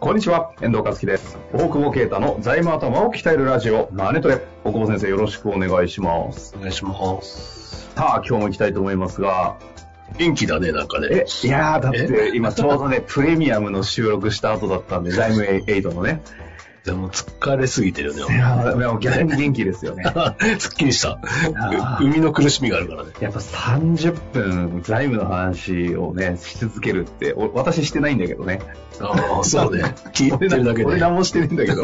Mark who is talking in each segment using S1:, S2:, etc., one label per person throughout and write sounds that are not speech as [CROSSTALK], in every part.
S1: こんにちは、遠藤和樹です。大久保啓太の財務頭を鍛えるラジオ、マネトレ。大久保先生、よろしくお願いします。
S2: お願いします。
S1: さあ、今日も行きたいと思いますが、
S2: 元気だね、なんかね
S1: え。、いやー、だって今ちょうどね、 [LAUGHS] プレミアムの収録した後だったんで、財務8のね。
S2: でも疲れすぎてるね。
S1: いやー、でも逆に元気です
S2: [LAUGHS]
S1: よね。
S2: すっきりした
S1: あ。ー
S2: う海の苦しみがあるからね。
S1: やっぱ30分財務の話をね、し続けるって、お私してないんだけどね。
S2: ああ、 [LAUGHS] そうね。聞いてるだけ
S1: 俺
S2: で。
S1: 何もしてねえんだけ
S2: [LAUGHS]
S1: ど。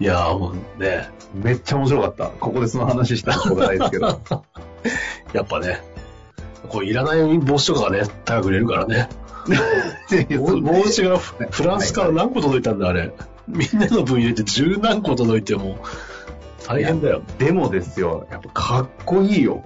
S2: いやーもうね、
S1: めっちゃ面白かった。ここでその話したことないですけ
S2: [LAUGHS]
S1: ど。 [LAUGHS]
S2: やっぱね、こういらない帽子とかがね、高く売れるからね。帽帽子がフフランスから何個届いたんだ、あれ。みんなの分入れて十何個届いても、大変だよ。
S1: でもですよ、やっぱかっこいいよ。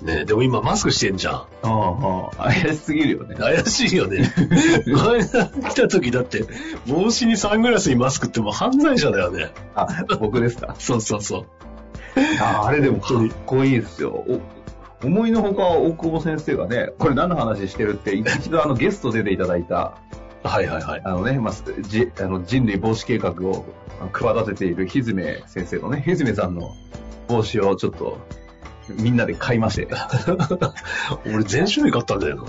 S2: ね、でも今マスクしてんじゃん。
S1: ああ、ああ、怪しすぎるよね。
S2: 怪しいよ [LAUGHS] ね。これ来た時だって、帽子にサングラスにマスクってもう犯罪者だよね。
S1: あ、僕ですか。
S2: そうそうそう。
S1: ああれでもかっこいいですよ。お思いのほか、大久保先生がね、これ何の話してるって、一度あのゲスト出ていただいた、
S2: はいはいはい。
S1: あのね、まあ、じあの人類防止計画を企てているひずめ先生のね、ひずめさんの帽子をちょっと、み [LAUGHS] んなで買いまして。
S2: 俺全種類買ったんだよ。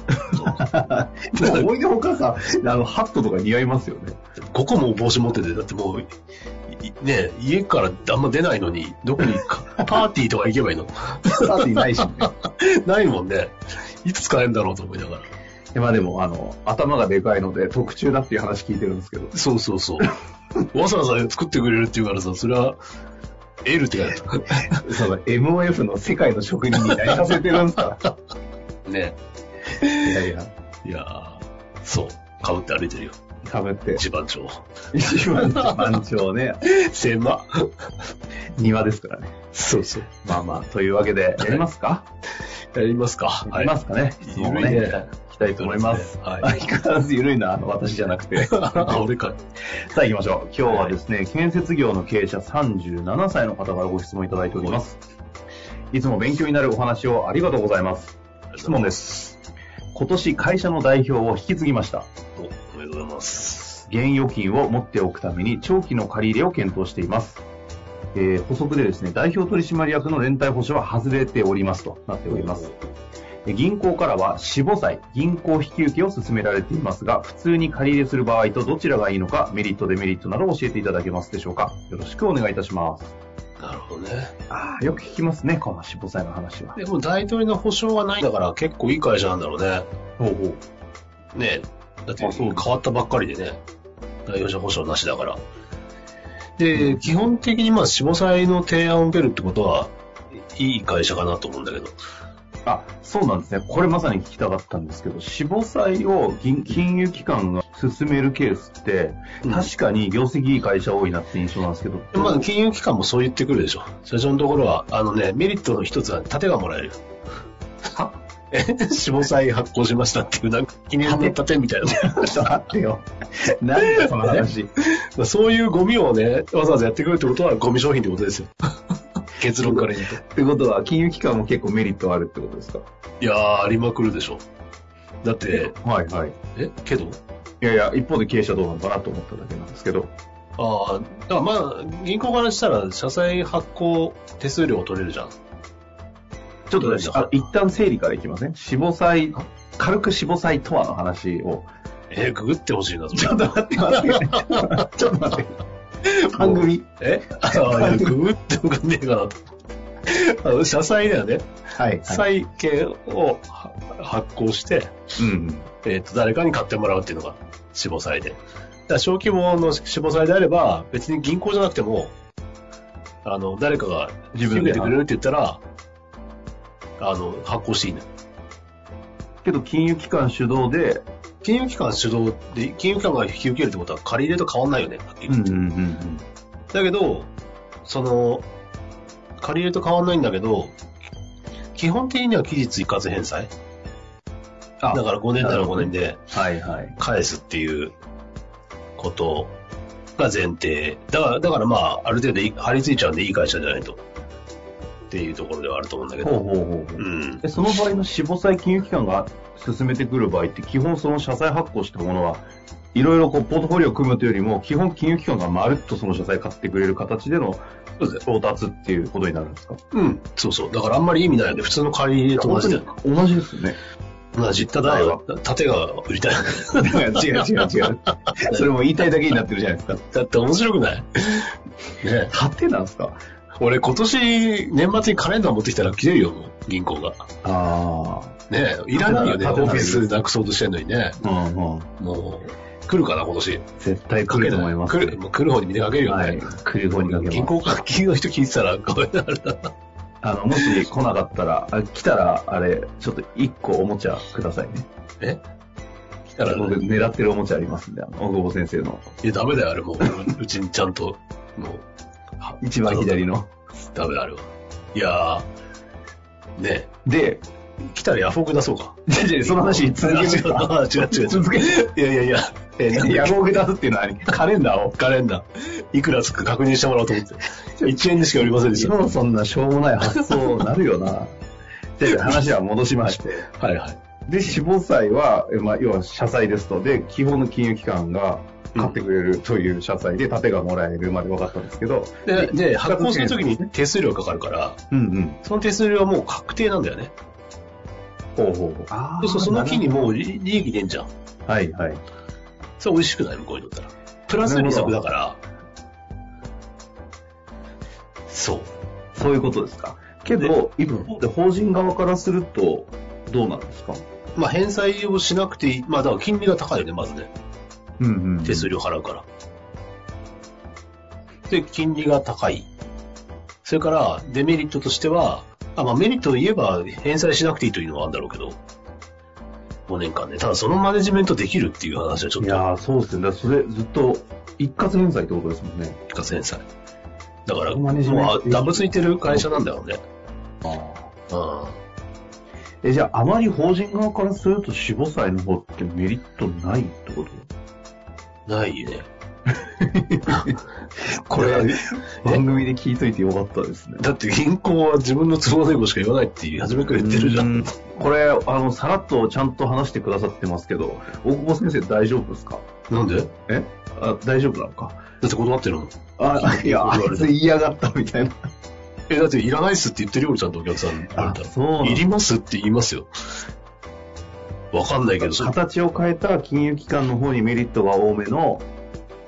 S1: 思いのほかさ、あの、ハットとか似合いますよ [LAUGHS] ね。
S2: 5個も帽子持ってて、だってもう、いね家からあんま出ないのに、どこにか [LAUGHS] パーティーとか行けばいいの
S1: パーティーないしね。
S2: ないもんね。いつ使えるんだろうと思いながら。
S1: でまあでも、あの、頭がでかいので、特注だっていう話聞いてるんですけど。 [LAUGHS]
S2: そうそうそう。わざわざ作ってくれるって言うからさ、それは、L って書いてある
S1: その MOF の世界の職人になりさせてるんですか
S2: [LAUGHS] ね
S1: いやいや、
S2: いやーそう。被って歩いてるよ。
S1: かぶって。
S2: 一番長。
S1: 一番満潮ね、
S2: 狭っ。
S1: 庭ですからね。
S2: そうそう。
S1: まあまあ、というわけで、やりますか
S2: やりますか。
S1: やりますかね。質問をね、
S2: ゆるいね
S1: いきたいと思います。
S2: は
S1: 相 [LAUGHS]
S2: い。
S1: 変わらず緩いな、あの私じゃなくて。
S2: あ、俺か。
S1: さあ行きましょう。今日はですね、建設業の経営者37歳の方からご質問いただいております。いつも勉強になるお話をありがとうございます。質問です。今年会社の代表を引き継ぎました。
S2: おおめでとうございます。
S1: 現預金を持っておくために長期の借り入れを検討しています。えー補足でですね、代表取締役の連帯保証は外れておりますとなっております。え銀行からは死母債、銀行引き受けを勧められていますが、普通に借り入れする場合とどちらがいいのか、メリット、デメリットなどを教えていただけますでしょうか。よろしくお願いいたします。
S2: なるほどね。
S1: ああ、よく聞きますね、この死母債の話は。
S2: でも大統領の保証はないんだから結構いい会社なんだろうね。
S1: ほうほう。
S2: ねえ。だって
S1: あそう
S2: 変わったばっかりでね。代表者保証なしだから。で、基本的にまあ、死亡債の提案を受けるってことは、いい会社かなと思うんだけど。
S1: あ、そうなんですね。これまさに聞きたかったんですけど、死母債を銀金融機関が進めるケースって、
S2: うん
S1: 確かに業績いい会社多いなって印象なんですけど、
S2: まあ、金融機関もそう言ってくるでしょ。社長のところは、あのね、メリットの一つは、盾がもらえるよ。
S1: は
S2: え、死亡債発行しましたっていう、なんか、記念の盾みたいな。
S1: ちょ [LAUGHS] っと待ってよ。なんだその話。
S2: まあそういうゴミをね、わざわざやってくるってことは、ゴミ商品ってこ
S1: [LAUGHS]
S2: とですよ。結論から言うと。
S1: ってことは、金融機関も結構メリットあるってことですか
S2: いやー、ありまくるでしょ。だって、
S1: はいはい。
S2: え、けど
S1: いやいや、一方で経営者どうなのかなと思っただけなんですけど。
S2: ああ、だからまあ、銀行からしたら、社債発行手数料を取れるじゃん。
S1: ちょっとね、あ一旦整理からいきません死母債、軽く死母債とはの話を。
S2: えー、ググってほしいな、それ
S1: ちょっと待って待って。
S2: [LAUGHS]
S1: ちょっと待って。 [LAUGHS] 番組。
S2: え [LAUGHS] あー、いやググってわかんねえかなと。あの、社債だよね。
S1: はい、はい。
S2: 債券をは発行して、
S1: うん。
S2: えっ、と、誰かに買ってもらうっていうのが死亡債で。だから小規模の死亡債であれば、別に銀行じゃなくても、あの、誰かが
S1: 自
S2: 引き
S1: 分
S2: 受
S1: で
S2: けてくれるって言ったら、あの、発行していいの。
S1: けど、金融機関主導で、
S2: 金融機関主導で、金融機関が引き受けるってことは借り入れと変わんないよね、はっきり
S1: うんうんうんうん。
S2: だけど、その、借り入れと変わんないんだけど、基本的には期日一括返済。
S1: あ
S2: だから5年な
S1: な
S2: ら
S1: るほ
S2: 5
S1: ど
S2: 年で
S1: はいはい。
S2: 返すっていうことが前提。だから、だからまあ、ある程度い張り付いちゃうんでいい会社じゃないと。っていうところではあると思うんだけ
S1: ほう
S2: ど。
S1: ほうほうほ
S2: う
S1: う。
S2: ん。
S1: えその場合の死亡債金融機関が進めてくる場合って、基本その社債発行したものは、いろいろこうポートフォリオを組むというよりも、基本金融機関がまるっとその社債買ってくれる形での
S2: そうです
S1: 調達っていうことになるんですか
S2: うん。そうそう。だからあんまり意味ないよね。普通の借り入れと同じだよね。
S1: 同じですよ
S2: [LAUGHS]
S1: ね。
S2: 同じ。ただ、縦が売りたい。 [LAUGHS]
S1: 違う違う違う。それも言いたいだけになってるじゃないですか。
S2: だって面白
S1: [LAUGHS]
S2: くないね
S1: 縦なんですか
S2: 俺今年年末にカレンダー持ってきたら切れるよ、もう銀行が。
S1: あ
S2: ねいらないよね、
S1: 立て
S2: オ
S1: ない
S2: フィスなくそうとしてんのにね。
S1: あ。うんうん。
S2: もう、来るかな、今年。
S1: 絶対来ると思います。
S2: 来る、もう来る方に見てかけるよね。
S1: はい。来る方にかけ
S2: 銀
S1: ます。
S2: 行関係の人聞いてたら、 [LAUGHS] ごめんなさい。
S1: あの、もし来なかったら、あ来たら、あれ、ちょっと一個おもちゃくださいね。
S2: え来たら、
S1: 僕狙ってるおもちゃありますんで、あの、大久保先生の
S2: いや、ダメだよ、あれもう。 [LAUGHS] うちにちゃんと、もう、
S1: 一番左の。
S2: ダメだ、あれは。いやー、ね
S1: で、
S2: 来たらヤフオク出そ
S1: [LAUGHS]
S2: うか。
S1: 違う違うその話続けてた。
S2: [LAUGHS] あ違う違う違う。
S1: 続けて
S2: いやいやいや、えなん
S1: ヤ
S2: だっ
S1: フオク出すっていうのはあり、 [LAUGHS] カレンダーを。
S2: けカレンダー、いくらつく確認してもらおうと思って。1円でしか売りませんでし
S1: 今
S2: た。
S1: のそんなしょうもない発想なるよな。で、話は戻しまして。
S2: はいはい。
S1: で、死亡債は、えまあ、要は社債ですと。で、基本の金融機関が買ってくれるという社債で、盾がもらえるまで分かったんですけど。
S2: で、で発行するときに
S1: 一括支援
S2: 手数料かかるから、
S1: うんうん。
S2: その手数料はもう確定なんだよね。
S1: ほうほうほう。あ
S2: そうそう、その日にもう利利益出んじゃん。
S1: はいはい。
S2: それ美味しくない向こうにとったら。プラス利息だから。そう。
S1: そういうことですか。けど、一方で法人側からすると、どうなんですか
S2: まあ、返済をしなくていい。まあ、だから金利が高いよね、まずね。
S1: うんうん
S2: 手数料払うから。で、金利が高い。それから、デメリットとしては、あ、まあメリットを言えば返済しなくていいというのはあるんだろうけど、5年間ね。ただそのマネジメントできるっていう話はちょっ
S1: い
S2: と、
S1: やー、そうですね。だからそれ、ずっと、一括返済ってことですもんね。
S2: 一括返済。だから、
S1: マネジメント
S2: まあ、ダブついてる会社なんだろうね。うん。
S1: え、じゃあ、あまり法人側からすると、死亡債の方ってメリットないってこと
S2: ない
S1: [LAUGHS]
S2: ね。
S1: これ、
S2: 番
S1: 番組で聞いといてよかったですね。
S2: だって銀行は自分の都合のいいことしか言わないって初めから言ってるじゃん。
S1: これ、あの、さらっとちゃんと話してくださってますけど、大久保先生大丈夫ですか
S2: なんでだ
S1: えあ、大丈夫なのか
S2: って断ってるの。
S1: あ、いや、あいつ言いやがったみたいな。
S2: え、だっていらないっすって言ってるよ、俺ちゃんとお客さんに言われたら。
S1: そう
S2: いりますって言いますよ。わかんないけど、そ
S1: 形を変えた金融機関の方にメリットが多めの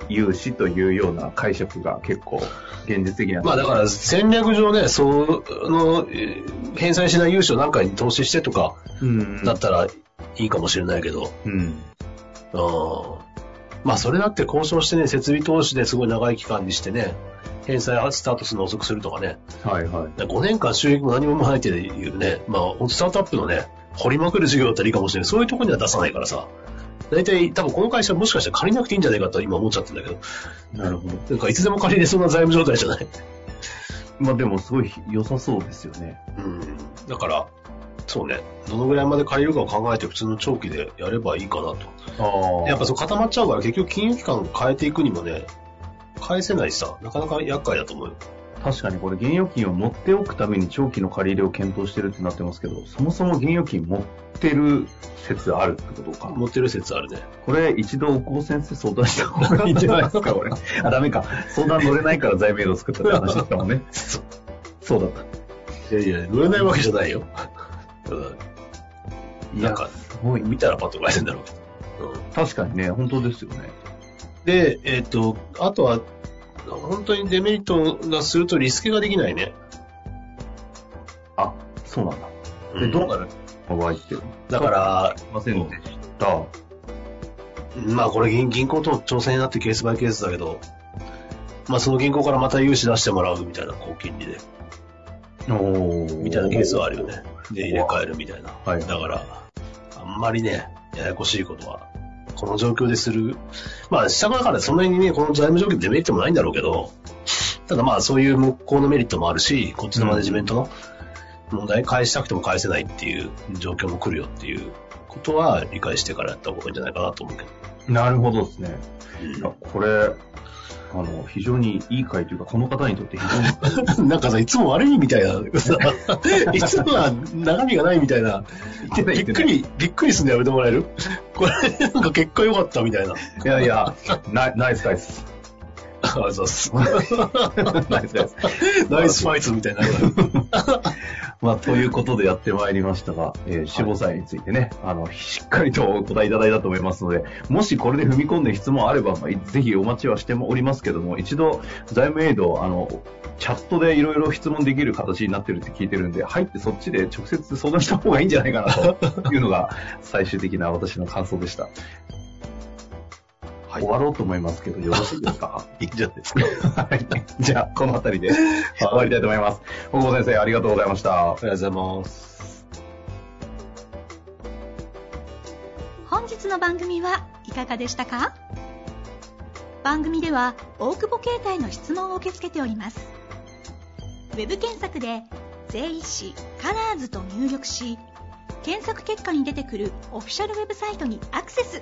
S1: 融資というような解釈が結構現実的な。
S2: まあだから戦略上ね、その、えー返済しない融資を何回に投資してとか
S1: うん。
S2: だったらいいかもしれないけど、
S1: うん。
S2: うん。まあそれだって交渉してね、設備投資ですごい長い期間にしてね、返済スタートするの遅くするとかね、
S1: はいはい。
S2: 5年間収益も何も入っていうね、まあ、ほんとスタートアップのね、掘りまくる事業だったらいいかもしれない。そういうところには出さないからさ。大体、多分この会社もしかしたら借りなくていいんじゃないかと今思っちゃってんだけど、
S1: なるほど。
S2: なんかいつでも借りれそうな財務状態じゃない。
S1: まあでもすごい良さそうですよね。
S2: うん。だから、そうね、どのぐらいまで借りるかを考えて普通の長期でやればいいかなと。
S1: あ
S2: やっぱそう固まっちゃうから結局金融機関を変えていくにもね、返せないしさ、なかなか厄介だと思うよ。
S1: 確かにこれ、現預金を持っておくために長期の借り入れを検討してるってなってますけど、そもそも現預金持ってる説あるってことか。
S2: 持ってる説あるね。
S1: これ、一度、高先生相談した方がいいんじゃないですか、これ。あ、ダメか。相談乗れないから財名度作ったって話だったもんね。
S2: そう
S1: そうだった。
S2: いやいや、乗れないわけじゃないよ。うん
S1: い
S2: なんか、
S1: すごい。
S2: 見たらパッと返せんだろうけど。うん
S1: 確かにね、本当ですよね。
S2: で、えっ、と、あとは、本当にデメリットがするとリスケができないね。
S1: あ、そうなんだ。
S2: うん
S1: なる場合って。い
S2: だから、
S1: ませんでした。
S2: まあこれ銀銀行との調整になってケースバイケースだけど、まあその銀行からまた融資出してもらうみたいな、高金利で。
S1: お
S2: みたいなケースはあるよね。で、入れ替えるみたいな。
S1: はい
S2: だから、あんまりね、ややこしいことは、この状況でする。まあ、下からそんなにね、この財務状況デメリットもないんだろうけど、ただまあ、そういう木工のメリットもあるし、こっちのマネジメントの問題、返したくても返せないっていう状況も来るよっていうことは理解してからやった方がいいんじゃないかなと思うけど。
S1: なるほどですね。いや、これ、あの、非常にいい回というか、この方にとって非常に、
S2: [LAUGHS] なんかさ、いつも悪いみたいな、 [LAUGHS] さいつもは中身がないみたいな、
S1: てない
S2: びっくり、びっくりするのやめてもら
S1: [LAUGHS]
S2: えるこれ、なんか結果良かったみたいな。
S1: いやいや、 [LAUGHS] ナイナイスナイス。 [LAUGHS]
S2: あそうっす。
S1: ナイスナイス。
S2: ナ [LAUGHS] イスファイトみたいな。
S1: [LAUGHS] まあ、ということでやってまいりましたが、えー、死亡祭についてね、あの、しっかりとお答えいただいたと思いますので、もしこれで踏み込んで質問あれば、まあ、いぜひお待ちはしておりますけども、一度、財務エイド、あの、チャットでいろいろ質問できる形になってるって聞いてるんで、入ってそっちで直接相談した方がいいんじゃないかなというの
S2: [LAUGHS]
S1: が、最終的な私の感想でした。
S2: はい
S1: 終わろうと思いますけど、よろしいですか
S2: [LAUGHS] いいんじゃないです
S1: [LAUGHS]
S2: か。
S1: はい。じゃあ、この辺りで終わりたいと思います。本郷先生、ありがとうございました。
S2: ありがとうございます。
S3: 本日の番組はいかがでしたか番組では大久保携帯の質問を受け付けておりますウェブ検索で「税理士カラーズと入力し検索結果に出てくるオフィシャルウェブサイトにアクセス